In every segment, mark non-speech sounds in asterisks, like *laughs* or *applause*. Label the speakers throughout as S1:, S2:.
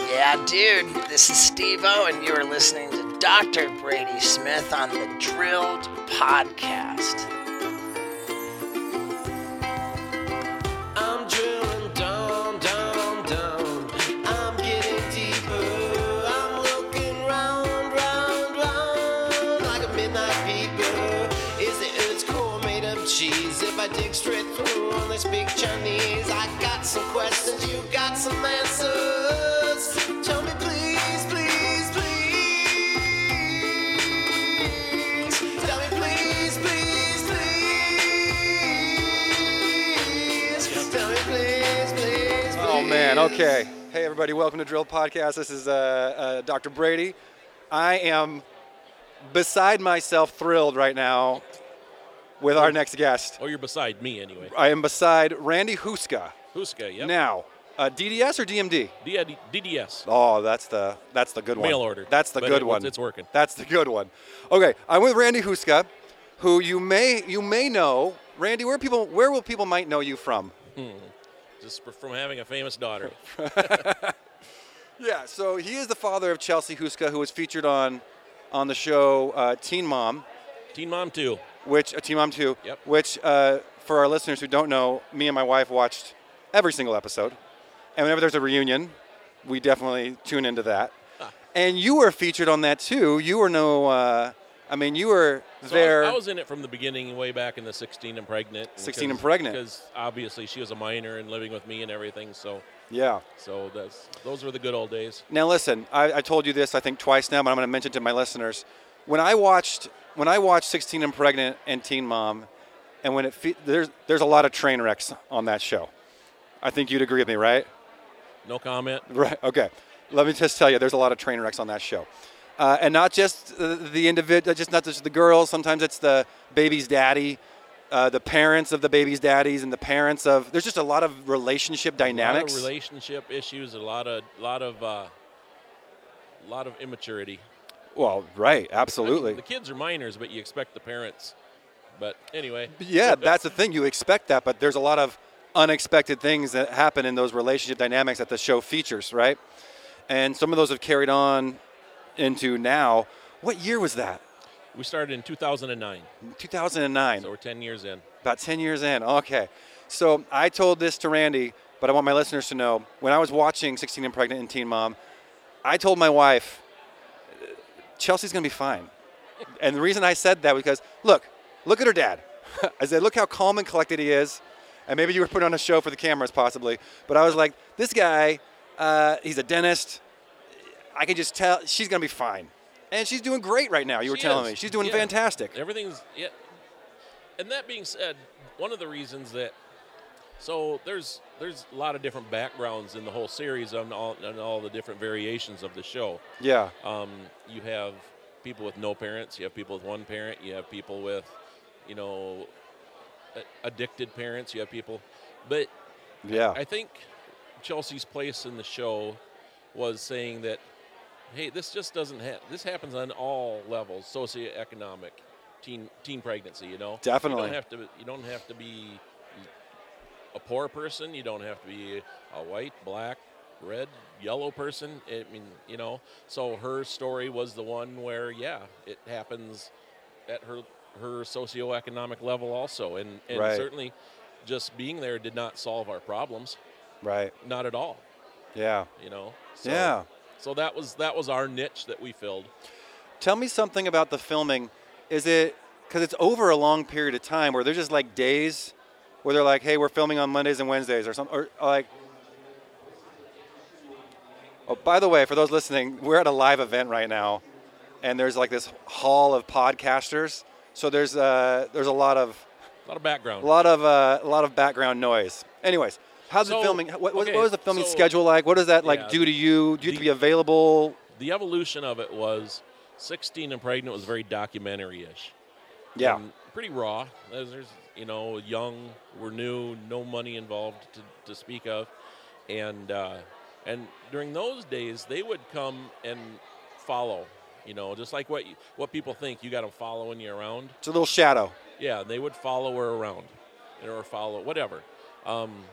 S1: Yeah, dude, this is Steve O, and you are listening to Dr. Brady Smith on the Drilled Podcast.
S2: I'm drilling down, down, down. I'm getting deeper. I'm looking round, round, round like a midnight peeper. Is the earth's core made of cheese? If I dig straight through on this big Chinese, I got some questions, you got some answers. Tell me, please, please, please. Tell me, please, please, please. Tell me, please, please, please.
S3: Oh man. Okay. Hey everybody. Welcome to Drill Podcast. This is uh, uh, Dr. Brady. I am beside myself, thrilled right now with our next guest.
S4: Oh, you're beside me anyway.
S3: I am beside Randy Huska.
S4: Huska, yeah.
S3: Now, uh, DDS or DMD?
S4: D- uh, D- DDS.
S3: Oh, that's the that's the good one.
S4: Mail order.
S3: That's the
S4: But
S3: good
S4: it-
S3: one.
S4: it's working.
S3: That's the good one. Okay, I'm with Randy Huska, who you may you may know. Randy, where people where will people might know you from?
S4: Just for- from having a famous
S3: *laughs*
S4: daughter.
S3: Yeah, so he is the father of Chelsea Huska, who was featured on on the show uh, Teen Mom,
S4: Teen Mom 2.
S3: which uh, Teen Mom Two,
S4: Yep.
S3: which uh, for our listeners who don't know, me and my wife watched every single episode, and whenever there's a reunion, we definitely tune into that. And you were featured on that too. You were no, uh, I mean, you were
S4: So I was-
S3: there.
S4: I was, in it from the beginning, way back in the 16 and pregnant.
S3: 16 and pregnant.
S4: Because obviously she was a minor and living with me and everything. So,
S3: yeah.
S4: so that's those were the good old days.
S3: Now listen, I, I told you this I think twice now, but I'm going to mention to my listeners. When I watched when I watched 16 and Pregnant and Teen Mom, and when it fe- there's there's a lot of train wrecks on that show. I think you'd agree with me, right?
S4: No comment.
S3: Right. Okay. Let me just tell you, there's a lot of train wrecks on that show, uh, and not just uh, the individual, just not just the girls. Sometimes it's the baby's daddy, uh, the parents of the baby's daddies, and the parents of. There's just a lot of relationship dynamics.
S4: A lot of relationship issues, a lot of, lot of, uh, lot of immaturity.
S3: well, right.
S4: I mean,
S3: Absolutely.
S4: the kids are minors, but you expect the parents. But anyway. uh,
S3: Yeah, that's the thing. You expect that, but there's a lot of unexpected things that happen in those relationship dynamics that the show features, right? And some of those have carried on into now. What year was that?
S4: We started in 2009,
S3: 2009.
S4: so we're 10 years in.
S3: About 10 years in. Okay. So I told this to Randy, but I want my listeners to know when I was watching 16 and Pregnant and Teen Mom, I told my wife, Chelsea's going to be
S4: *laughs*
S3: fine. And the reason I said that was because, look, look at her dad. *laughs* I said, look how calm and collected he is. And maybe you were putting on a show for the cameras, possibly. But I was like, this guy, uh, he's a dentist. I can just tell she's going to be fine. And she's doing great right now, you were
S4: She
S3: telling
S4: is.
S3: me. She's doing
S4: Yeah.
S3: fantastic.
S4: Everything's yeah. And that being said, one of the reasons that so there's there's a lot of different backgrounds in the whole series on all on all the different variations of the show.
S3: Yeah.
S4: Um, you have people with no parents, you have people with one parent, you have people with you know a- addicted parents, you have people, but
S3: Yeah.
S4: I think Chelsea's place in the show was saying that, hey, this just doesn't happen. This happens on all levels, socioeconomic, teen teen pregnancy. You know,
S3: Definitely.
S4: You don't have to. You don't have to be a poor person. You don't have to be a white, black, red, yellow person. I mean, you know. So her story was the one where, yeah, it happens at her her socioeconomic level also, and and
S3: Right.
S4: certainly, just being there did not solve our problems,
S3: right.
S4: not at all.
S3: Yeah.
S4: You know. So,
S3: Yeah.
S4: So that was that was our niche that we filled.
S3: Tell me something about the filming. Is it because it's over a long period of time where there's just like days where they're like, hey, we're filming on Mondays and Wednesdays or something, or like. Oh, by the way, for those listening, we're at a live event right now, and there's like this hall of podcasters. So there's uh, there's a lot of
S4: A lot of background.
S3: a lot of uh, a lot of background noise. Anyways, how's
S4: So,
S3: the filming? What, what,
S4: okay,
S3: what was the filming
S4: so-
S3: schedule like? What does that like
S4: Yeah,
S3: do to you? Do you have to
S4: the-
S3: be available?
S4: the evolution of it was 16 and pregnant was very documentary-ish
S3: Yeah.
S4: And pretty raw There's- there's you know young we're new no money involved to, to speak of and uh, and during those days they would come and follow you know just like what you, what people think you got them following you around
S3: It's a little shadow.
S4: yeah, they would follow her around, you know, eh, or follow whatever. Um,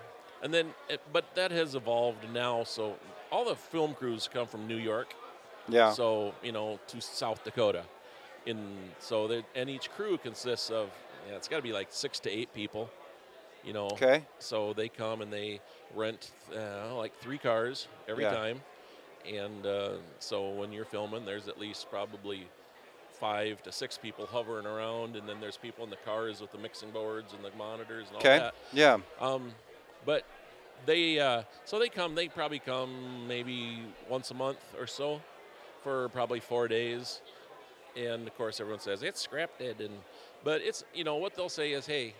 S4: and then, it, but that has evolved now. So all the film crews come from New York,
S3: Yeah.
S4: so you know to South Dakota, in so that and each crew consists of yeah, it's got to be like six to eight people, you know.
S3: okay.
S4: So they come and they rent uh, like three cars every
S3: Yeah.
S4: time, and uh, so when you're filming, there's at least probably five to six people hovering around, and then there's people in the cars with the mixing boards and the monitors and all
S3: Okay.
S4: that.
S3: Yeah.
S4: Um, but they uh, so they come. They probably come maybe once a month or so for probably four days. And of course, everyone says it's scrapped it, and but it's you know what they'll say is, hey,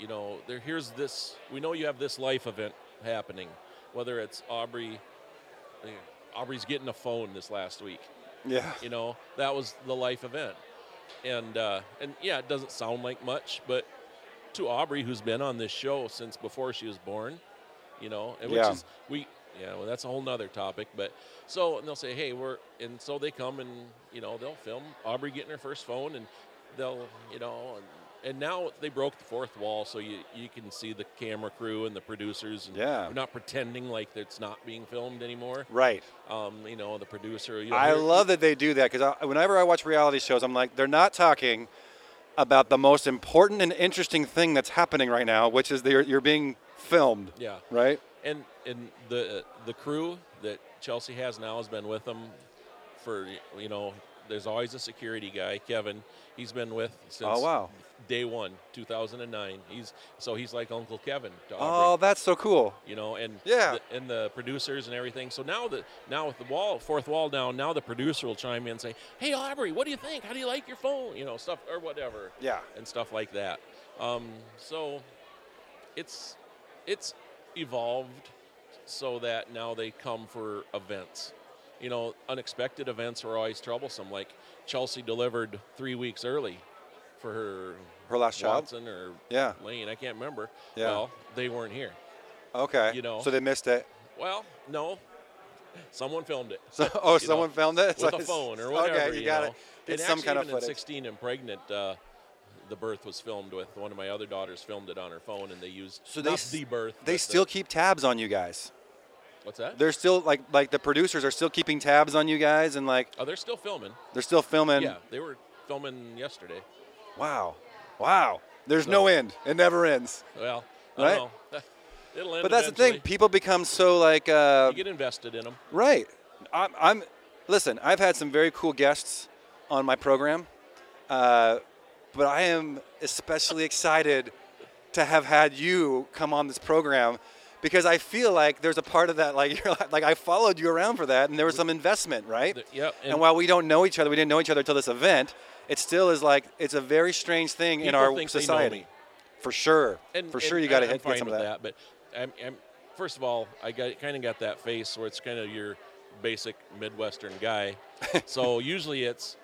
S4: you know, there here's this. We know you have this life event happening, whether it's Aubrey. Aubrey's getting a phone this last week
S3: Yeah.
S4: you know that was the life event and uh, and yeah it doesn't sound like much but to aubrey who's been on this show since before she was born you know and which
S3: Yeah.
S4: is we yeah well that's a whole nother topic but so and they'll say hey we're and so they come and you know they'll film aubrey getting her first phone and they'll you know and, and now they broke the fourth wall so you you can see the camera crew and the producers and
S3: Yeah.
S4: we're not pretending like it's not being filmed anymore
S3: Right.
S4: um, you know the producer you
S3: I love that they do that because I, whenever I watch reality shows, I'm like, they're not talking about the most important and interesting thing that's happening right now, which is that you're, you're being filmed.
S4: yeah
S3: Right?
S4: And and the the crew that Chelsea has now has been with them for you know. There's always a security guy, Kevin. He's been with since
S3: Oh, wow.
S4: day one, 2009. He's so he's like Uncle Kevin. To
S3: Oh,
S4: Aubrey,
S3: that's so cool.
S4: you know, and
S3: Yeah.
S4: the, and the producers and everything. So now the now with the wall fourth wall down, now the producer will chime in and say, "Hey Aubrey, what do you think? How do you like your phone? You know, stuff or whatever."
S3: Yeah.
S4: and stuff like that. Um, so it's it's evolved so that now they come for events. You know, unexpected events are always troublesome. Like Chelsea delivered three weeks early for her
S3: Her last child?
S4: Watson or
S3: Yeah.
S4: Lane. I can't remember.
S3: Yeah.
S4: Well, they weren't here.
S3: Okay.
S4: You know.
S3: So they missed it.
S4: Well, no. Someone filmed it.
S3: So, oh,
S4: know,
S3: someone filmed it?
S4: with
S3: So
S4: a
S3: it's-
S4: phone or whatever.
S3: Okay, you, got
S4: know.
S3: it. Get
S4: and
S3: some
S4: actually,
S3: kind of
S4: even in
S3: footage.
S4: 16 and pregnant, uh, the birth was filmed with one of my other daughters filmed it on her phone, and they used
S3: So they
S4: not
S3: s-
S4: the birth. but
S3: They
S4: the-
S3: still keep tabs on you guys.
S4: what's that?
S3: They're still like like the producers are still keeping tabs on you guys and like
S4: oh, they're still filming.
S3: they're still filming.
S4: yeah, they were filming yesterday.
S3: Wow. Wow. There's no
S4: So-
S3: end. It never ends.
S4: Well, I
S3: Right?
S4: don't know. *laughs* It'll end.
S3: But that's the thing.
S4: eventually.
S3: People become so like uh,
S4: You get invested in them.
S3: Right. I'm, I'm. Listen, I've had some very cool guests on my program, uh, but I am especially excited to have had you come on this program because I feel like there's a part of that like *laughs* you're like, like I followed you around for that, and there was some investment, right?
S4: The- yep,
S3: And,
S4: and-
S3: while we don't know each other, we didn't know each other until this event. It still is like it's a very strange thing in
S4: People
S3: our
S4: think they know
S3: society.
S4: me.
S3: For sure.
S4: And
S3: for
S4: and
S3: sure, you got to
S4: I'm
S3: hit
S4: fine
S3: get some of
S4: with
S3: that.
S4: that. But I'm, I'm, first of all, I got kind of got that face where it's kind of your basic Midwestern
S3: *laughs*
S4: guy. so usually it's,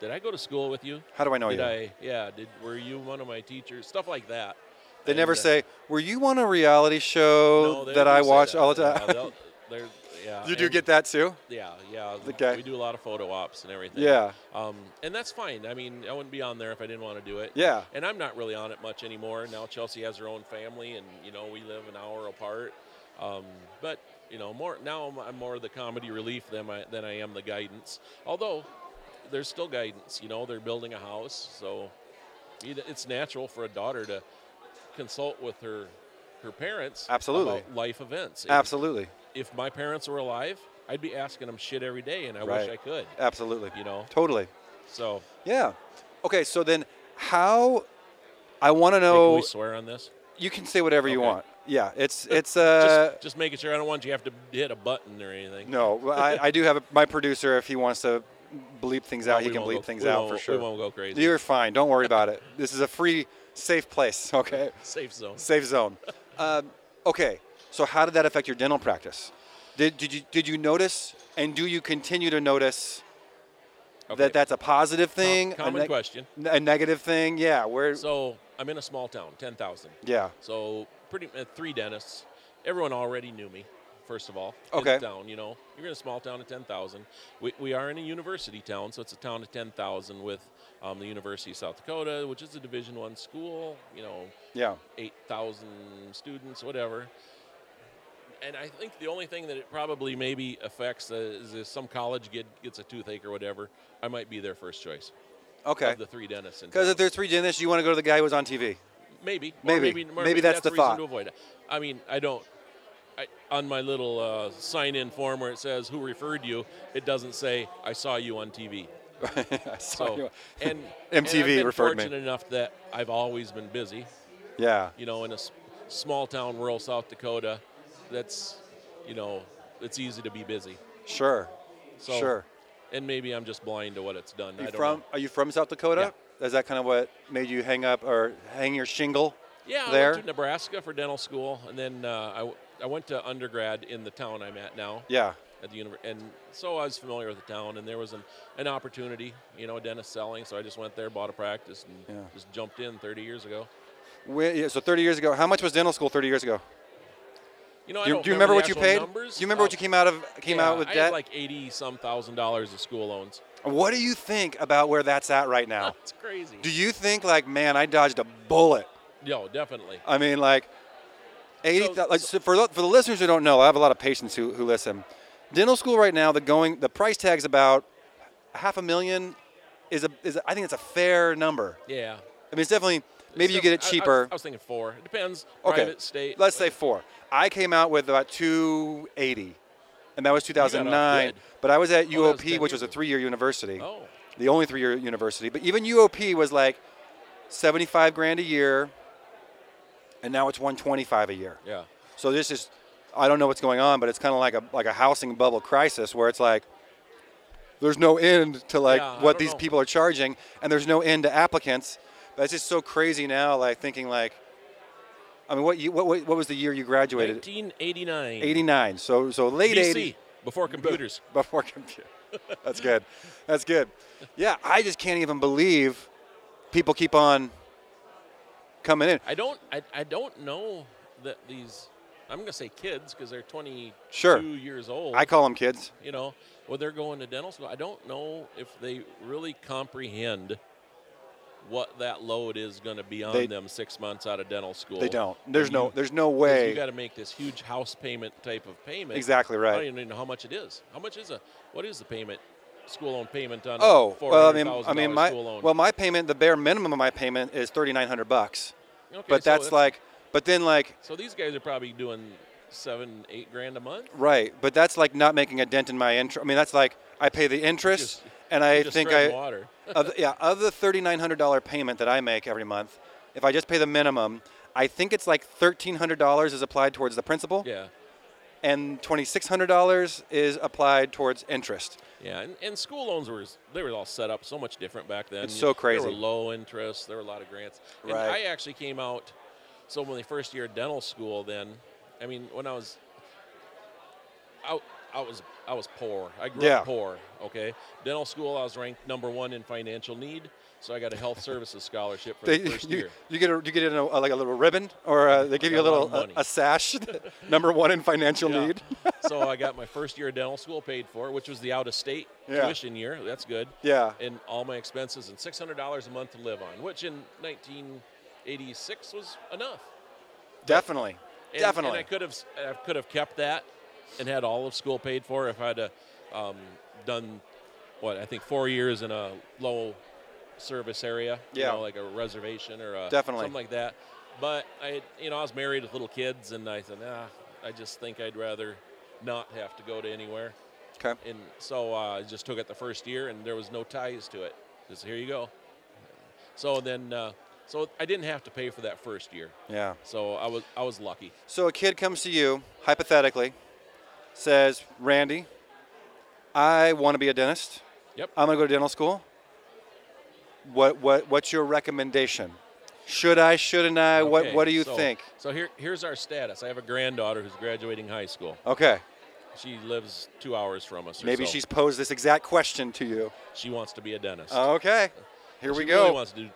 S4: did I go to school with you?
S3: How do I know
S4: did
S3: you?
S4: I? Yeah. Did were you one of my teachers? Stuff like that.
S3: They
S4: And,
S3: never
S4: uh,
S3: say, "Were you on a reality show
S4: no, they
S3: that I
S4: never say
S3: watch
S4: that.
S3: all the
S4: Yeah,
S3: time?" *laughs*
S4: they'll- they're- yeah,
S3: you do
S4: and-
S3: get that too.
S4: Yeah, yeah.
S3: Okay.
S4: We do a lot of photo ops and everything.
S3: Yeah.
S4: Um, and that's fine. I mean, I wouldn't be on there if I didn't want to do it.
S3: Yeah.
S4: And I'm not really on it much anymore. Now Chelsea has her own family, and you know we live an hour apart. Um, but you know, more now I'm, I'm more the comedy relief than I than I am the guidance. Although there's still guidance. You know, they're building a house, so it- it's natural for a daughter to consult with her her parents
S3: Absolutely.
S4: about life events. It-
S3: Absolutely,
S4: if my parents were alive, I'd be asking them shit every day, and I wish
S3: Right.
S4: I could.
S3: absolutely,
S4: You know,
S3: totally.
S4: so
S3: Yeah. Okay, so then how? I want to
S4: hey,
S3: know.
S4: can we swear on this?
S3: you can say whatever you
S4: Okay.
S3: want. Yeah, it's it's
S4: *laughs*
S3: uh.
S4: just, just making sure I don't want you to have to hit a button or anything.
S3: no, well, I, I do have a, my producer. If he wants to bleep things out,
S4: we
S3: he can
S4: won't
S3: bleep
S4: go-
S3: things
S4: we
S3: out
S4: won't-
S3: for
S4: we
S3: sure.
S4: won't go crazy.
S3: You're fine. Don't worry about it. This is a free, safe place. *laughs* Okay.
S4: Safe zone.
S3: Safe zone. Um, okay, so how did that affect your dental practice? Did, did you did you notice, and do you continue to notice
S4: Okay.
S3: that that's a positive thing? a
S4: common question.
S3: A negative thing? Yeah. Where?
S4: So I'm in a small town, ten thousand.
S3: yeah.
S4: So pretty uh, three dentists. Everyone already knew me. First of all, in
S3: Okay.
S4: the town, you know, you're in a small town of ten thousand. We, we are in a university town, so it's a town of ten thousand with um, the University of South Dakota, which is a Division One school. You know,
S3: Yeah.
S4: 8,000 students, whatever. and I think the only thing that it probably maybe affects uh, is if some college kid gets a toothache or whatever, I might be their first choice
S3: Okay.
S4: of the three dentists. in
S3: Because
S4: town.
S3: if there's three dentists, you want to go to the guy who was on *laughs* TV.
S4: maybe, or
S3: Maybe.
S4: maybe, or
S3: Maybe that's the
S4: a reason
S3: thought.
S4: To avoid it. I mean, I don't. I, on my little uh, sign-in form where it says who referred you, it doesn't say I saw you on TV.
S3: I saw
S4: So,
S3: you.
S4: *laughs*
S3: *laughs*
S4: and and I've
S3: MTV
S4: been
S3: referred me.
S4: fortunate enough that I've always been busy.
S3: Yeah.
S4: You know, in a s- small town, rural South Dakota, that's, you know, it's easy to be busy.
S3: Sure.
S4: So,
S3: Sure.
S4: And maybe I'm just blind to what it's done.
S3: You
S4: I don't
S3: from?
S4: know.
S3: Are you from South Dakota? Is that kind of what made you hang up or hang your shingle?
S4: Yeah, I
S3: There.
S4: went to Nebraska for dental school, and then uh, I, w- I went to undergrad in the town I'm at now.
S3: Yeah.
S4: At the univer- and so I was familiar with the town, and there was an, an opportunity, you know, a dentist selling. So I just went there, bought a practice, and
S3: Yeah.
S4: just jumped in 30 years ago.
S3: Wh- yeah, so 30 years ago, how much was dental school 30 years ago?
S4: You know, I
S3: Do you,
S4: don't
S3: do you remember
S4: the
S3: what you
S4: actual
S3: paid?
S4: Numbers.
S3: Do you remember what
S4: Uh,
S3: you came out of came
S4: Yeah,
S3: out with
S4: I
S3: debt?
S4: had like eighty some thousand dollars of school loans.
S3: what do you think about where that's at right now?
S4: It's crazy.
S3: Oh. do you think like, man, I dodged a bullet?
S4: No, definitely.
S3: I mean, like, eighty.
S4: So-
S3: like, so for the, for the listeners who don't know, I have a lot of patients who, who listen. Dental school right now, the going, the price tag's about half a million. Is a is a, I think it's a fair number.
S4: Yeah.
S3: I mean, it's definitely maybe you
S4: So
S3: get it
S4: I- I-
S3: cheaper.
S4: I, was thinking four. It depends.
S3: okay,
S4: Private state.
S3: let's say four. I came out with about two eighty, and that was two thousand nine.
S4: good.
S3: But I was at
S4: Oh, that was
S3: UOP,
S4: 10
S3: which
S4: years
S3: was a
S4: ago.
S3: three year university
S4: Oh,
S3: the only three-year university. But even UOP was like 75 grand a year, and now it's 125 a year.
S4: yeah.
S3: So this is, I don't know what's going on, but it's kind of like a like a housing bubble crisis where it's like there's no end to like
S4: Yeah, I
S3: what
S4: don't
S3: these
S4: know.
S3: people are charging, and there's no end to applicants. But it's just so crazy now, like thinking like, I mean, what you what what, what was the year you graduated?
S4: 1989.
S3: 89. So so late
S4: BC,
S3: 80s.
S4: before computers.
S3: *laughs* Before computer. That's good. That's good. Yeah, I just can't even believe people keep on coming in.
S4: I don't. I, I don't know that these. I'm gonna say kids because they're 22
S3: Sure.
S4: years old.
S3: I call them kids.
S4: you know, when they're going to dental school, I don't know if they really comprehend what that load is going to be on
S3: They-
S4: them six months out of dental school.
S3: They don't. There's
S4: You-
S3: no. There's no
S4: 'Cause
S3: way.
S4: You got to make this huge house payment type of payment.
S3: Exactly
S4: I don't
S3: right.
S4: even know how much it is. How much is a? What is the payment? School loan payment on
S3: Oh,
S4: a four
S3: well, I
S4: hundred
S3: mean,
S4: thousand
S3: I mean,
S4: dollar
S3: my
S4: school loan.
S3: well, my payment, the bare minimum of my payment is thirty nine hundred bucks.
S4: Okay,
S3: But
S4: so
S3: that's like, but then like,
S4: So these guys are probably doing seven, eight grand a month.
S3: right? But that's like not making a dent in my interest. I mean, that's like I pay the interest,
S4: Just-
S3: and I
S4: Just
S3: think I. *laughs*
S4: spreading water. *laughs*
S3: of the, yeah, of the thirty-nine hundred dollar payment that I make every month, if I just pay the minimum, I think it's like thirteen hundred dollars is applied towards the principal,
S4: Yeah,
S3: and twenty-six hundred dollars is applied towards interest.
S4: yeah. And, and school loans were they were all set up so much different back then.
S3: It's so crazy.
S4: There were low interest. There were a lot of grants. And
S3: Right.
S4: I actually came out. So when the first year of dental school, then I mean, when I was out, I was I was poor. I grew
S3: Yeah.
S4: up poor. Okay, dental school. I was ranked number one in financial need, so I got a health services scholarship for
S3: They,
S4: the
S3: *laughs*
S4: first
S3: you,
S4: year.
S3: you get a, you get in a, uh, like a little ribbon, or uh, they give you a
S4: got a lot
S3: little
S4: of
S3: a,
S4: money.
S3: a sash, *laughs* number one in financial
S4: Yeah.
S3: need. *laughs*
S4: so I got my first year of dental school paid for, which was the out of state
S3: Yeah.
S4: tuition year. That's good.
S3: Yeah.
S4: And all my expenses and $600 a month to live on, which in 1986 was enough.
S3: Definitely,
S4: And,
S3: definitely.
S4: And I could have s- I could have kept that and had all of school paid for if I'd have, um, done what I think four years in a low service area. you
S3: Yeah.
S4: know, like a reservation or a,
S3: Definitely.
S4: something like that. But I you know I was married with little kids and I said nah I just think I'd rather not have to go to anywhere
S3: okay.
S4: and so uh, I just took it the first year, and there was no ties to it. Just here you go. So then, uh, so I didn't have to pay for that first year.
S3: Yeah.
S4: So I was I was lucky.
S3: So a kid comes to you, hypothetically, says, "Randy, I want to be a dentist."
S4: Yep.
S3: I'm gonna go to dental school. What what what's your recommendation? Should I? Shouldn't I? What
S4: Okay,
S3: what do you
S4: so-
S3: think?
S4: So here here's our status. I have a granddaughter who's graduating high school.
S3: Okay,
S4: She lives two hours from us. or
S3: maybe
S4: so.
S3: she's posed this exact question to you.
S4: she wants to be a dentist.
S3: Okay, Oh, here
S4: She
S3: we
S4: Really
S3: go.
S4: wants to do,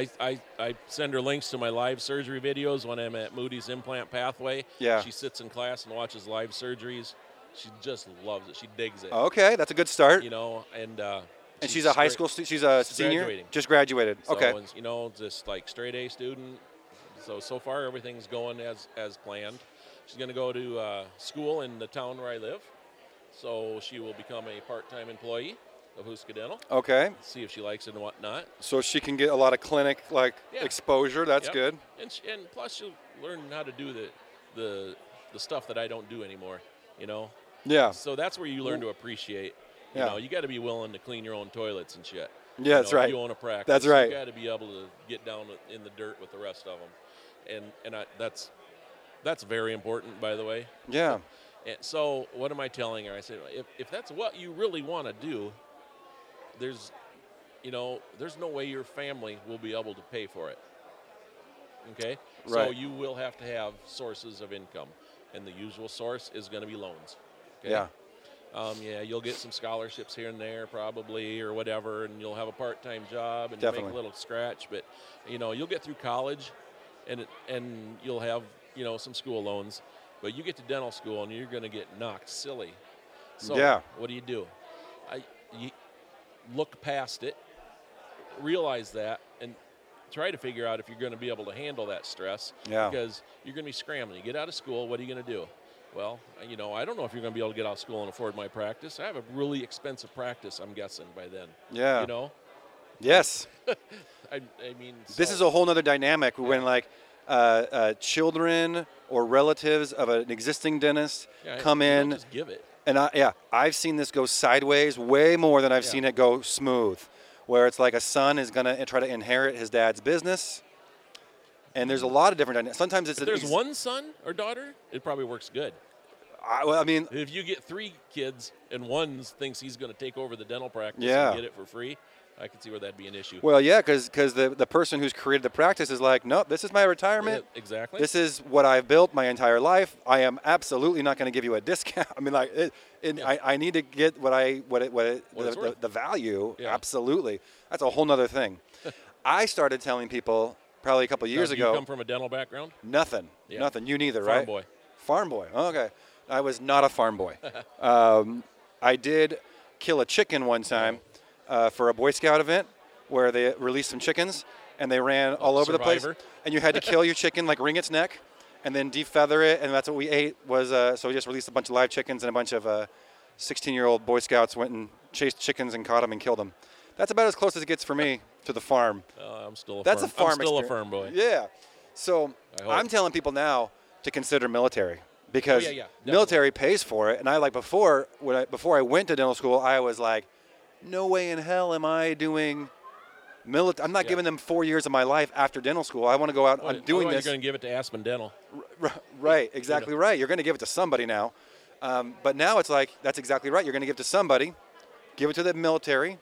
S4: I, I, I send her links to my live surgery videos when I'm at Moody's Implant Pathway.
S3: Yeah.
S4: She sits in class and watches live surgeries. She just loves it. She digs it.
S3: Okay, that's a good start.
S4: you know, and uh,
S3: Oh. and she's a high
S4: straight-
S3: school. Stu- she's a
S4: she's
S3: senior.
S4: graduating.
S3: Just graduated.
S4: so,
S3: okay.
S4: and, you know, just like straight A student. So so far everything's going as as planned. She's going to go to uh, school in the town where I live, so she will become a part-time employee of Huska Dental.
S3: Okay.
S4: See if she likes it and whatnot.
S3: So she can get a lot of clinic like
S4: Yeah.
S3: exposure. That's
S4: Yep.
S3: good.
S4: And sh- and plus you'll learn how to do the the the stuff that I don't do anymore. You know.
S3: Yeah.
S4: So that's where you learn to appreciate. You
S3: Yeah.
S4: know, you got to be willing to clean your own toilets and shit.
S3: Yeah, that's
S4: you know, if
S3: right.
S4: You own a practice.
S3: That's right.
S4: You got to be able to get down in the dirt with the rest of them, and and I, that's that's very important, by the way.
S3: Yeah.
S4: And so, what am I telling her? I said, if, if that's what you really want to do, there's, you know, there's no way your family will be able to pay for it. Okay? So,
S3: Right.
S4: you will have to have sources of income, and the usual source is going to be loans. Okay?
S3: Yeah.
S4: Um, yeah, you'll get some scholarships here and there, probably, or whatever, and you'll have a part-time job and
S3: Definitely.
S4: make a little scratch. But you know, you'll get through college, and it- and you'll have you know some school loans, but you get to dental school and you're going to get knocked silly. So
S3: Yeah.
S4: what do you do? I you look past it, realize that, and try to figure out if you're going to be able to handle that stress.
S3: Yeah.
S4: Because you're going to be scrambling. You get out of school, what are you going to do? Well, you know, I don't know if you're going to be able to get out of school and afford my practice. I have a really expensive practice, I'm guessing, by then.
S3: Yeah.
S4: You know?
S3: Yes.
S4: I, I mean,
S3: This
S4: so-
S3: is a whole nother dynamic when like uh, uh, children or relatives of an existing dentist
S4: Yeah,
S3: come
S4: you don't
S3: in
S4: Just give it.
S3: and I, yeah, I've seen this go sideways way more than I've
S4: Yeah.
S3: seen it go smooth, where it's like a son is gonna try to inherit his dad's business, and there's a lot of different dynamics. Sometimes it's
S4: Mm-hmm. If
S3: an
S4: there's
S3: ex-
S4: one son or daughter, it probably works good.
S3: I, well, I mean,
S4: If you get three kids and one thinks he's going to take over the dental practice
S3: Yeah.
S4: and get it for free, I could see where that'd be an issue.
S3: well, yeah, because the the person who's created the practice is like, nope, this is my retirement.
S4: Yeah, exactly.
S3: This is what I've built my entire life. I am absolutely not going to give you a discount. *laughs* I mean, like, it, it, I, I need to get what I what it what, it,
S4: What
S3: the,
S4: it's
S3: the,
S4: worth.
S3: the value.
S4: Yeah.
S3: Absolutely, that's a whole nother
S4: *laughs*
S3: thing. I started telling people probably a couple
S4: Now,
S3: years
S4: do
S3: ago.
S4: You come from a dental background?
S3: Nothing.
S4: Yeah.
S3: Nothing. You neither,
S4: Farm
S3: right?
S4: boy.
S3: Farm boy. Oh, okay. I was not a farm
S4: *laughs*
S3: boy. um, I did kill a chicken one time uh, for a Boy Scout event where they released some chickens and they ran all over the
S4: Survivor.
S3: place. And you had to kill your chicken, like wring its neck, and then defeather it. And that's what we ate. Was uh, so we just released a bunch of live chickens and a bunch of uh, 16-year-old Boy Scouts went and chased chickens and caught them and killed them. That's about as close as it gets for me to the farm.
S4: Uh, I'm still a
S3: That's
S4: farm.
S3: a farm.
S4: I'm still
S3: experience.
S4: a farm boy.
S3: Yeah. So
S4: I hope. Oh,
S3: I'm telling people now to consider military because
S4: yeah, yeah, definitely.
S3: military pays for it. And I like before when I, before I went to dental school, I was like, no way in hell am I doing military. I'm not
S4: Yeah.
S3: giving them four years of my life after dental school. I want to go out.
S4: What-
S3: I'm doing
S4: otherwise
S3: this.
S4: You're going to give it to Aspen Dental.
S3: R- *laughs*
S4: *laughs*
S3: Right, exactly right. You're going to give it to somebody now. Um, but now it's like, that's exactly right. You're going to give it to somebody, give it to the military,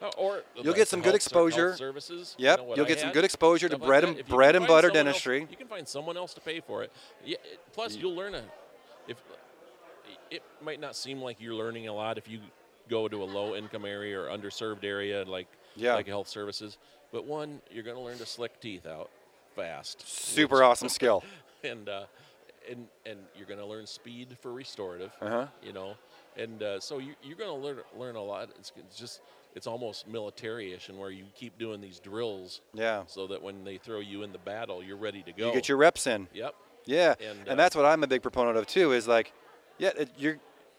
S4: Uh, Or
S3: You'll
S4: like
S3: get some
S4: the
S3: good
S4: health ser-
S3: exposure.
S4: health services.
S3: Yep,
S4: what
S3: you'll
S4: I
S3: get some
S4: had,
S3: good exposure to
S4: stuff like
S3: bread
S4: that.
S3: and-
S4: If you
S3: bread
S4: can
S3: and
S4: find
S3: butter
S4: someone else-
S3: dentistry. Mm.
S4: you can find someone else to pay for it. Yeah, it- plus, you'll learn a. If it might not seem like you're learning a lot if you go to a low-income area or underserved area like
S3: Yeah.
S4: like health services, but one, you're going to learn to slick teeth out fast.
S3: super awesome skill.
S4: and uh, and and you're going to learn speed for restorative.
S3: Uh-huh.
S4: You know, and uh, so you, you're going to learn learn a lot. It's, it's just it's almost military-ish, and where you keep doing these drills.
S3: Yeah.
S4: So that when they throw you in the battle, you're ready to go. *laughs*
S3: You get your reps in.
S4: Yep.
S3: Yeah, and,
S4: And, uh,
S3: that's what I'm a big proponent of too. Is like, yeah, it, you're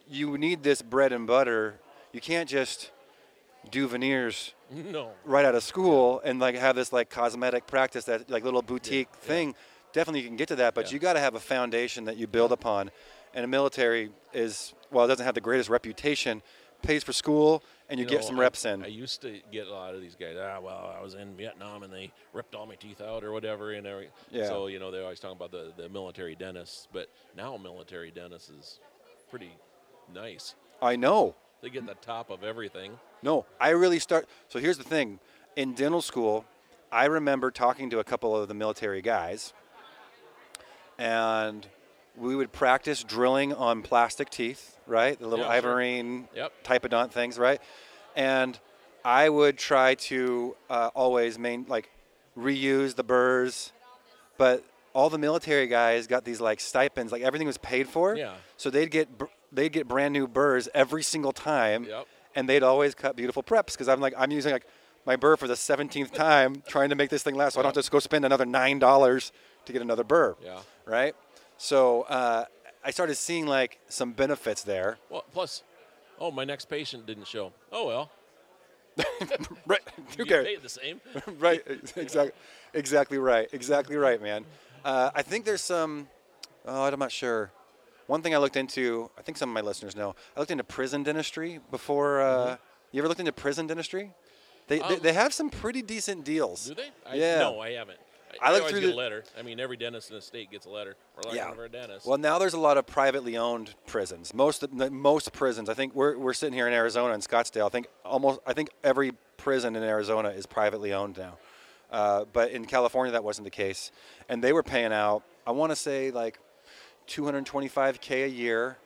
S3: you need this bread and butter. You can't just do veneers
S4: No.
S3: right out of school and like have this like cosmetic practice that like little boutique
S4: yeah.
S3: thing. Definitely, you can get to that, but
S4: Yeah.
S3: you got to have a foundation that you build upon. And the military is well, it doesn't have the greatest reputation. Pays for school, and you,
S4: You
S3: get
S4: know,
S3: some
S4: I-
S3: reps in.
S4: I used to get a lot of these guys. Ah, well, I was in Vietnam and they ripped all my teeth out or whatever, and every,
S3: Yeah.
S4: so you know they're always talking about the, the military dentists, but now military dentists is pretty nice.
S3: I know.
S4: They get the top of everything.
S3: No, I really start. So here's the thing: in dental school, I remember talking to a couple of the military guys, and we would practice drilling on plastic teeth, right? The little
S4: Yeah, sure.
S3: ivorine
S4: Yep.
S3: type of dont things, right? And I would try to uh, always main like reuse the burrs, but all the military guys got these like stipends, like everything was paid for.
S4: Yeah.
S3: So they'd get br- they'd get brand new burrs every single time
S4: Yep.
S3: and they'd always cut beautiful preps because I'm like I'm using like my burr for the seventeenth time trying to make this thing last, so I don't have to go spend another nine dollars to get another burr.
S4: Yeah.
S3: Right. So uh, I started seeing like some benefits there.
S4: Well, plus, oh, my next patient didn't show. Oh well,
S3: *laughs* Right.
S4: you
S3: okay.
S4: paid
S3: *laughs*
S4: the same.
S3: right. Exactly. Exactly right. Exactly right, man. Uh, I think there's some. Oh, I'm not sure. One thing I looked into. I think some of my listeners know. I looked into prison dentistry before. Uh, You ever looked into prison dentistry? They, they,
S4: Mm-hmm. Um,
S3: they have some pretty decent deals.
S4: Do they? I,
S3: yeah.
S4: No, I haven't.
S3: I
S4: I
S3: looked
S4: always
S3: through
S4: get
S3: the-
S4: a letter. I mean, every dentist in the state gets a letter. We're like one of our dentists.
S3: Well, now there's a lot of privately owned prisons. Most of the- most prisons, I think we're, we're sitting here in Arizona in Scottsdale. I think almost I think every prison in Arizona is privately owned now. Uh, but in California, that wasn't the case, and they were paying out. I want to say like 225k a year,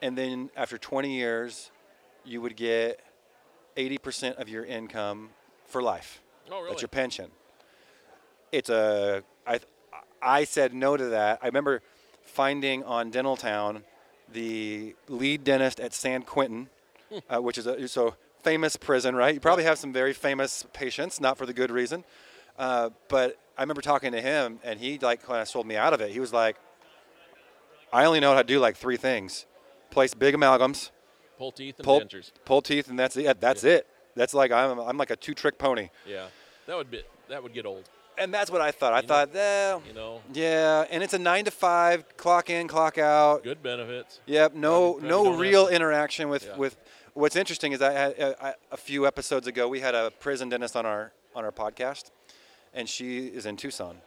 S3: and then after 20 years, you would get 80% of your income for life.
S4: Oh, really?
S3: That's your pension. It's a I I said no to that. I remember finding on Dental Town the lead dentist at San Quentin,
S4: Hmm.
S3: uh, which is a so famous prison, right? You probably have some very famous patients, not for the good reason. Uh, but I remember talking to him, and he like kind of sold me out of it. He was like, "I only know how to do like three things: place big amalgams,
S4: pull teeth and
S3: pull,
S4: dentures.
S3: pull teeth, and that's it. That's it. That's like I'm I'm like a two trick pony."
S4: Yeah, that would be that would get old.
S3: And that's what I thought. I
S4: know-
S3: thought, eh,
S4: You know,
S3: yeah, and it's a nine to five, clock in, clock out.
S4: good benefits.
S3: Yep, no,
S4: Probably- probably
S3: no
S4: don't have
S3: real
S4: to.
S3: interaction with
S4: Yeah.
S3: with. What's interesting is I had uh, I- a few episodes ago we had a prison dentist on our on our podcast, and she is in Tucson.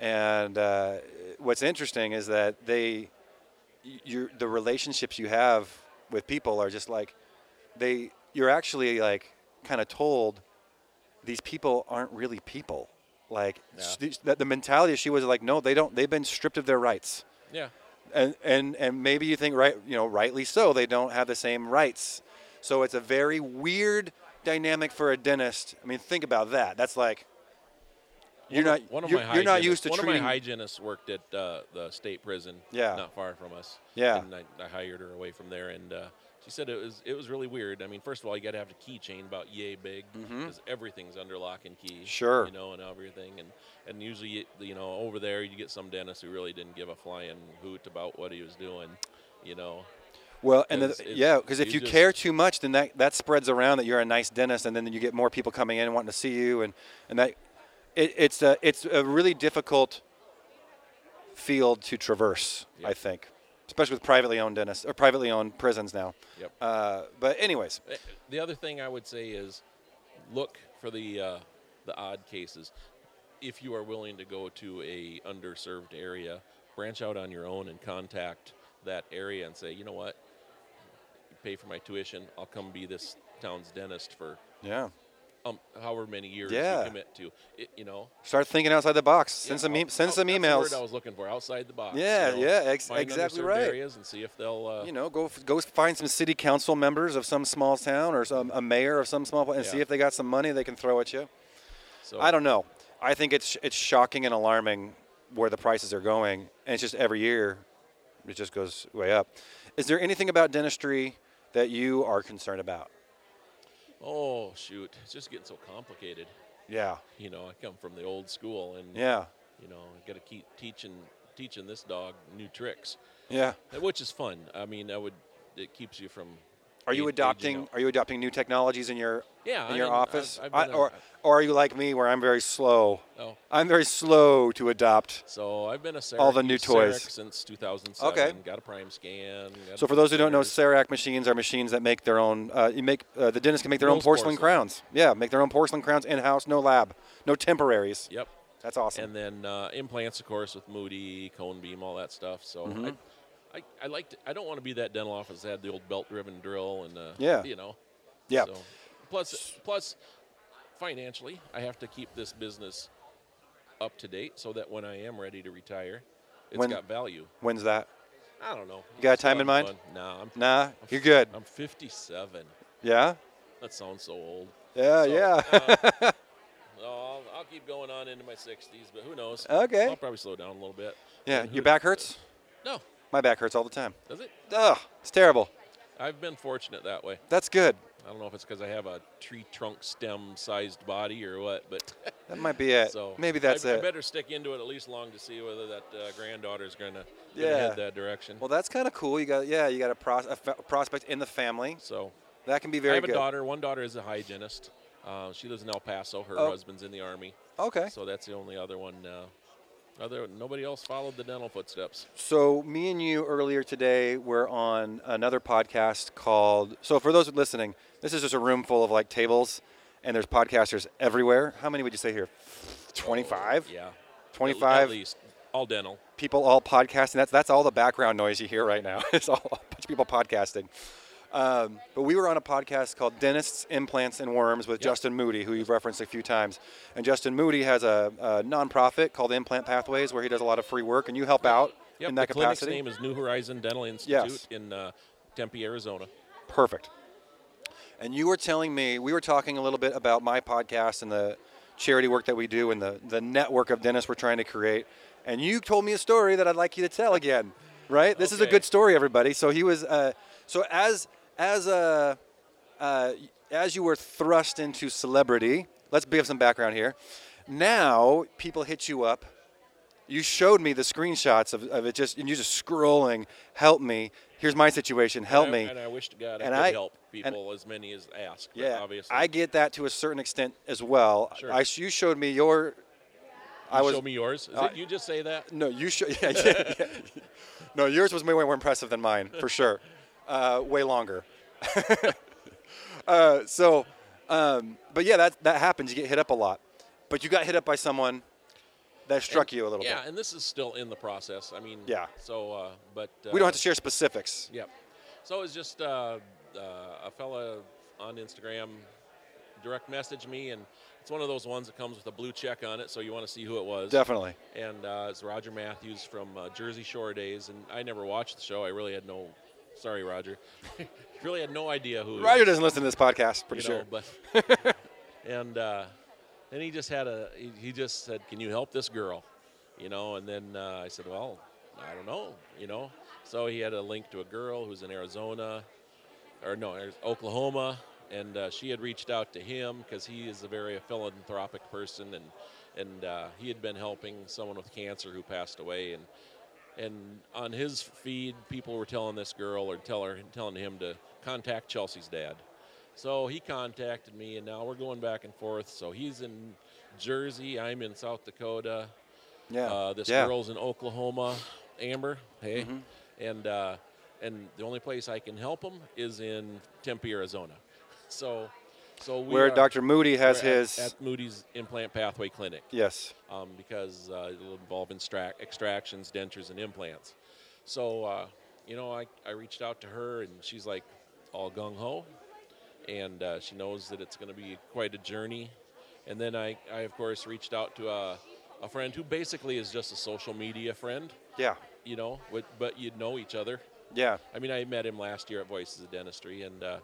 S3: And uh, what's interesting is that they, you the relationships you have with people are just like, they you're actually like kind of told, these people aren't really people. Like s- the- that the mentality she was like, no, they don't. They've been stripped of their rights
S4: Yeah,
S3: and and and maybe you think right you know rightly so they don't have the same rights so it's a very weird dynamic for a dentist i mean think about that that's like you're
S4: One of-
S3: not
S4: One of
S3: you're,
S4: my
S3: you're not used
S4: hygienists-
S3: to
S4: one
S3: treating
S4: of my hygienists worked at uh, the state prison.
S3: Yeah.
S4: Not far from us.
S3: Yeah.
S4: And I, I hired her away from there, and uh, she said it was it was really weird. I mean, first of all, you got to have a keychain about yay big because everything's under lock and key.
S3: Mm-hmm. Sure.
S4: You know, and everything, and and usually you know over there you get some dentist who really didn't give a flying hoot about what he was doing. You know.
S3: well and the,
S4: It's- it's-
S3: yeah because if
S4: you
S3: you,
S4: just-
S3: care too much then that that spreads around that you're a nice dentist and then you get more people coming in and wanting to see you and and that it, it's a it's a really difficult field to traverse i
S4: Yep.
S3: think especially with privately owned dentists or privately owned prisons now
S4: Yep.
S3: uh, but anyways
S4: Uh, The other thing I would say is look for the uh, the odd cases. If you are willing to go to a underserved area, branch out on your own and contact that area and say, you know what, you pay for my tuition. I'll come be this town's dentist for
S3: yeah
S4: um, however many years
S3: Yeah.
S4: you commit to. It, you know,
S3: Start thinking outside the box.
S4: Yeah,
S3: Send some e-
S4: out-
S3: send
S4: out-
S3: some
S4: that's the word I
S3: emails.
S4: was looking for outside the box.
S3: Yeah,
S4: you know.
S3: yeah, ex-
S4: Find
S3: exactly
S4: underserved
S3: right.
S4: Areas and see if they'll. Uh,
S3: You know, go f- go find some city council members of some small town or some a mayor of some small place and see
S4: Yeah.
S3: if they got some money they can throw at you.
S4: so
S3: I don't know. I think it's it's shocking and alarming where the prices are going, and it's just every year it just goes way up. Is there anything about dentistry that you are concerned about?
S4: Oh shoot, it's just getting so complicated.
S3: Yeah.
S4: you know, I come from the old school, and
S3: Yeah.
S4: you know, I got to keep teaching teaching this dog new tricks,
S3: Yeah.
S4: which is fun. I mean, I would it keeps you from.
S3: Are you
S4: ag- aging
S3: adopting
S4: out.
S3: Are you adopting new technologies in your
S4: Yeah,
S3: in
S4: I
S3: your
S4: mean, I've-
S3: office,
S4: I've
S3: I,
S4: been a-
S3: or or are you like me where I'm very slow?
S4: Oh.
S3: I'm very slow to adopt.
S4: So I've been a Cerac,
S3: All the new
S4: used
S3: toys.
S4: Cerac since 2007.
S3: Okay.
S4: Got a prime scan. got
S3: So for those who don't know,
S4: printers.
S3: Cerac machines are machines that make their own. Uh, you make uh, the dentist can make their own
S4: Mills
S3: porcelain,
S4: porcelain.
S3: crowns. Yeah, make their own porcelain crowns in house, no lab, no temporaries.
S4: Yep.
S3: That's awesome.
S4: And then uh, implants, of course, with Moody, Cone Beam, all that stuff. So
S3: Mm-hmm.
S4: I, I, I like. To, I don't want to be that dental office that had the old belt-driven drill and uh,
S3: Yeah.
S4: you know,
S3: yeah,
S4: So, plus, plus, financially, I have to keep this business up to date so that when I am ready to retire, it's
S3: When-
S4: got value.
S3: when's that?
S4: I don't know.
S3: You got a
S4: Still
S3: time in
S4: having
S3: mind?
S4: fun. Nah, I'm,
S3: Nah,
S4: I'm
S3: you're
S4: f-
S3: good.
S4: I'm 57.
S3: Yeah,
S4: That sounds so old.
S3: yeah,
S4: So,
S3: yeah.
S4: uh, no, I'll, I'll keep going on into my 60s, but who knows?
S3: Okay.
S4: I'll probably slow down a little bit.
S3: *laughs* yeah,
S4: But who-
S3: your back hurts.
S4: No,
S3: My back hurts all the time.
S4: does it?
S3: Ugh, it's terrible.
S4: I've been fortunate that way.
S3: That's good.
S4: I don't know if it's because I have a tree trunk stem sized body or what, but *laughs*
S3: That might be it.
S4: so
S3: Uh, Maybe that's
S4: I,
S3: it.
S4: I better stick into it at least long to see whether that uh, granddaughter's gonna, gonna
S3: Yeah.
S4: head that direction.
S3: Well, that's kind of cool. You got yeah, you got a, pros- a fa- prospect in the family.
S4: so
S3: That can be very
S4: I have
S3: good.
S4: a daughter. One daughter is a hygienist. Uh, she lives in El Paso. Her
S3: Oh.
S4: husband's in the army.
S3: Okay. So,
S4: So that's the only other one. Uh, other nobody else followed the dental footsteps.
S3: me and you earlier today were on another podcast called. So for those listening, this is just a room full of like tables, and there's podcasters everywhere. How many would you say here? Twenty-five.
S4: Yeah. At- At,
S3: Twenty-five.
S4: least all dental.
S3: people all podcasting. That's that's all the background noise you hear right now. *laughs* It's all a bunch of people podcasting. Um, but we were on a podcast called Dentists, Implants, and Worms with Justin Moody, who you've referenced a few times. And Justin Moody has a, a nonprofit called Implant Pathways, where he does a lot of free work, and you help out
S4: Yep.
S3: in that
S4: the
S3: capacity.
S4: clinic's name is New Horizon Dental Institute
S3: Yes.
S4: in uh, Tempe, Arizona.
S3: Perfect. And you were telling me we were talking a little bit about my podcast and the charity work that we do and the the network of dentists we're trying to create. And you told me a story that I'd like you to tell again. Right? This is a
S4: Okay.
S3: good story, everybody. So he was. Uh, so as as uh, uh, as you were thrust into celebrity, let's give some background here. Now people hit you up you showed me the screenshots of, of it just and you just scrolling help me here's my situation help
S4: And I-
S3: me
S4: And I wish to God I
S3: And
S4: could
S3: I-
S4: help
S3: and-
S4: people as many as ask. but
S3: yeah
S4: Obviously.
S3: i get that to a certain extent as well
S4: Sure.
S3: I, you showed me your
S4: You
S3: i was
S4: show me yours. Is
S3: I-
S4: it you just say that?
S3: no you showed *laughs* yeah, yeah,
S4: *laughs*
S3: yeah. no yours was way more impressive than mine for sure uh, way longer *laughs* uh, so um, but yeah that that happens you get hit up a lot but you got hit up by someone that struck you a little
S4: yeah,
S3: bit
S4: and this is still in the process. I mean,
S3: Yeah.
S4: So, uh, but uh,
S3: we don't have to share specifics
S4: Yep. So it was just uh, uh, a fella on Instagram direct messaged me, and it's one of those ones that comes with a blue check on it, so you want to see who it was.
S3: definitely
S4: And uh, it's Roger Matthews from uh, Jersey Shore days, and I never watched the show. I really had no. Sorry, Roger. *laughs* really had no idea who. he
S3: Roger
S4: was
S3: doesn't listen to this podcast, pretty
S4: you
S3: sure.
S4: know, But *laughs* and uh, then he just had a he, he just said, "Can you help this girl?" You know, and then uh, I said, "Well, I don't know." You know, so he had a link to a girl who's in Arizona, or no, Ari- Oklahoma, and uh, she had reached out to him because he is a very philanthropic person, and and uh, he had been helping someone with cancer who passed away, and and on his feed, people were telling this girl or tell her, telling him to contact Chelsea's dad. So he contacted me, and now we're going back and forth. So he's in Jersey, I'm in South Dakota.
S3: yeah.
S4: Uh, this
S3: yeah. Mm-hmm.
S4: girl's in Oklahoma, Amber. Hey, and uh, and the only place I can help him is in Tempe, Arizona. *laughs* So, so we
S3: Where
S4: are-
S3: Dr. Moody has
S4: we're at-
S3: his.
S4: at Moody's Implant Pathway Clinic
S3: yes.
S4: um, because uh, it'll involve instra- extractions, dentures, and implants. So, uh, you know, I, I reached out to her and she's like all gung ho, and uh, she knows that it's going to be quite a journey. And then I, I of course, reached out to a, a friend who basically is just a social media friend,
S3: Yeah.
S4: you know, with, but you know each other.
S3: Yeah.
S4: I mean, I met him last year at Voices of Dentistry, and uh,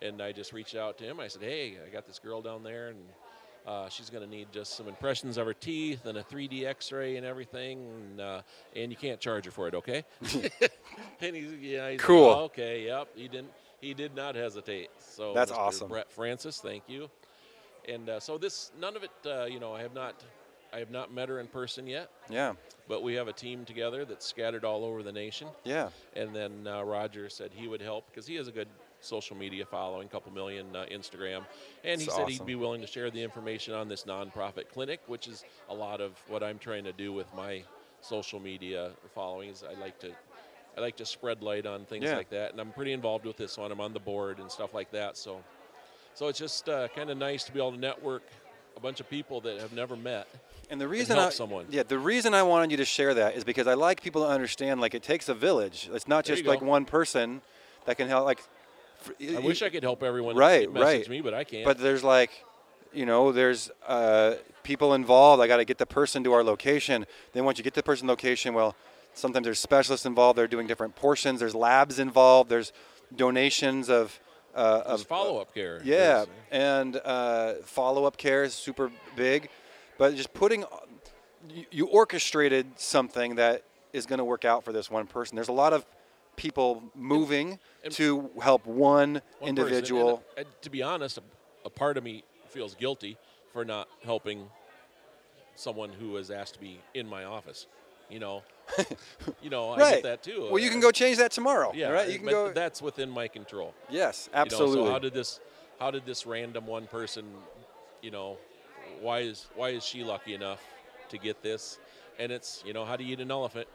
S4: and I just reached out to him. I said, "Hey, I got this girl down there, and uh, she's going to need just some impressions of her teeth and a 3D X-ray and everything, and, uh, and you can't charge her for it, okay?"
S3: *laughs*
S4: *laughs* and he's yeah, he's like,
S3: Cool.
S4: "Oh, okay, yep. He didn't. He did not hesitate. So
S3: That's
S4: Mr.
S3: awesome.
S4: Brett Francis, thank you. And uh, so this, none of it, uh, you know, I have not, I have not met her in person yet,
S3: Yeah.
S4: but we have a team together that's scattered all over the nation.
S3: Yeah.
S4: And then uh, Roger said he would help because he has a good social media following, couple million uh, Instagram, and he
S3: That's
S4: said
S3: awesome.
S4: he'd be willing to share the information on this nonprofit clinic, which is a lot of what I'm trying to do with my social media followings. I like to. I like to spread light on things
S3: Yeah.
S4: like that, and I'm pretty involved with this one. I'm on the board and stuff like that, so so it's just uh, kind of nice to be able to network a bunch of people that have never met.
S3: And the reason
S4: help
S3: I,
S4: someone.
S3: yeah, the reason I wanted you to share that is because I like people to understand like it takes a village. It's not
S4: There
S3: just
S4: you
S3: like
S4: go.
S3: one person that can help. Like, fr-
S4: I wish I could help everyone. that
S3: Right,
S4: message
S3: right.
S4: me, but I can't.
S3: But there's like, you know, there's uh, people involved. I got to get the person to our location. Then once you get the person location, well, sometimes there's specialists involved. They're doing different portions. There's labs involved. The's donations of uh,
S4: There's
S3: of
S4: follow-up care.
S3: Yeah,
S4: There's-
S3: and uh, follow-up care is super big, but just putting you, you orchestrated something that is going to work out for this one person. There's a lot of people moving
S4: and-
S3: to help one,
S4: One person.
S3: individual.
S4: And, uh, to be honest, a, a part of me feels guilty for not helping someone who has asked to be in my office.
S3: *laughs*
S4: You know, you know, I
S3: right.
S4: get that too. uh,
S3: Well, you can go change that tomorrow.
S4: Yeah,
S3: Right. You can
S4: but
S3: go.
S4: That's within my control.
S3: yes.
S4: You know,
S3: Absolutely.
S4: so how did this? How did this random one person? You know, why is why is she lucky enough to get this? And it's you know how to eat an elephant,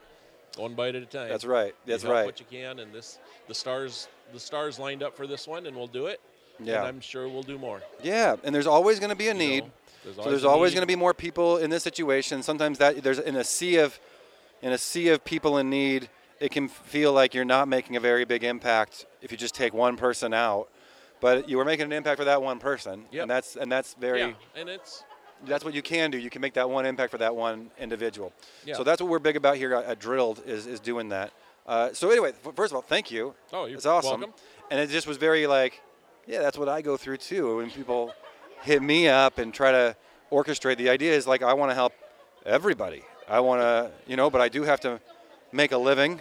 S4: one bite at a time.
S3: That's right.
S4: You
S3: That's
S4: help
S3: right.
S4: What you can, and this the stars the stars lined up for this one, and we'll do it.
S3: Yeah.
S4: And I'm sure we'll do more.
S3: Yeah, and there's always going to be a
S4: know,
S3: need.
S4: there's
S3: so
S4: always
S3: there's
S4: a
S3: always
S4: need.
S3: going to be more people in this situation. Sometimes that there's in a sea of in a sea of people in need, it can feel like you're not making a very big impact if you just take one person out. But you were making an impact for that one person,
S4: Yep.
S3: and that's and that's very
S4: Yeah. And it's
S3: that's what you can do. You can make that one impact for that one individual.
S4: Yeah.
S3: So that's what we're big about here at, at Drilled is, is doing that. Uh, so anyway, f- first of all, thank you.
S4: Oh, you're
S3: it's awesome.
S4: welcome.
S3: And it just was very like, yeah, that's what I go through too. When people *laughs* hit me up and try to orchestrate, the idea is like I want to help everybody. I want to, you know, but I do have to make a living,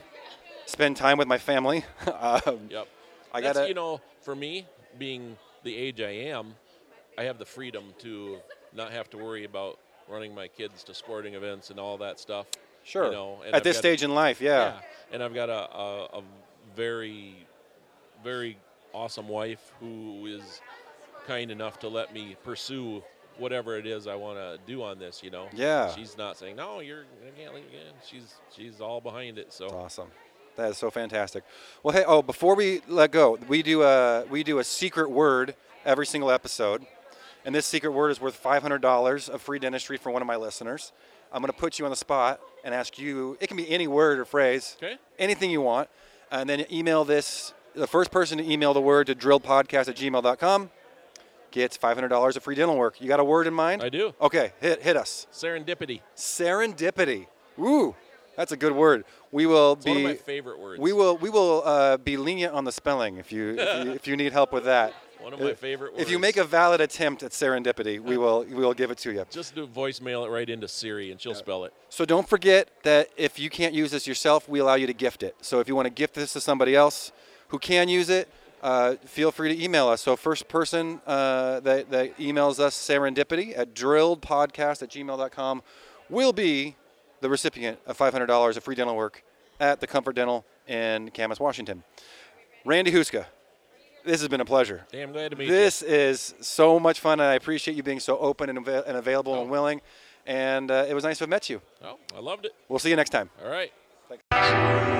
S3: spend time with my family. *laughs* um,
S4: yep.
S3: I
S4: That's,
S3: gotta-
S4: you know for me being the age I am, I have the freedom to not have to worry about running my kids to sporting events and all that stuff.
S3: Sure.
S4: You know, and
S3: At
S4: I've
S3: this
S4: got-
S3: stage in life, yeah.
S4: Yeah. And I've got a, a, a very, very awesome wife who is kind enough to let me pursue whatever it is I want to do on this. You know.
S3: Yeah.
S4: She's not saying no. You're you can't leave again. She's she's all behind it. So.
S3: Awesome. That is so fantastic. Well, hey, oh, before we let go, we do a we do a secret word every single episode, and this secret word is worth five hundred dollars of free dentistry for one of my listeners. I'm going to put you on the spot and ask you. It can be any word or phrase,
S4: Okay.
S3: anything you want, and then email this. The first person to email the word to drillpodcast at gmail.com gets five hundred dollars of free dental work. You got a word in mind?
S4: I do.
S3: Okay, hit hit us.
S4: Serendipity.
S3: Serendipity. Ooh, that's a good word. We will
S4: It's
S3: be
S4: one of my favorite words.
S3: we will we will uh, be lenient on the spelling if you if you, if you need help with that.
S4: *laughs* One of my
S3: If-
S4: favorite
S3: If you
S4: words.
S3: make a valid attempt at serendipity,
S4: *laughs*
S3: we will we will give it to you.
S4: Just do voicemail it right into Siri and she'll spell it.
S3: So don't forget that if you can't use this yourself, we allow you to gift it. So if you want to gift this to somebody else who can use it, uh, feel free to email us. So first person uh, that, that emails us serendipity at drilledpodcast at gmail.com will be the recipient of $500 of free dental work at the Comfort Dental in Camas, Washington. Randy Huska, this has been a pleasure.
S4: Damn glad to meet
S3: This is so much fun, and I appreciate you being so open and, avail- and available and willing. And uh, it was nice to have met you.
S4: you. Oh, I loved it.
S3: We'll see you next time.
S4: All right.
S1: Thanks.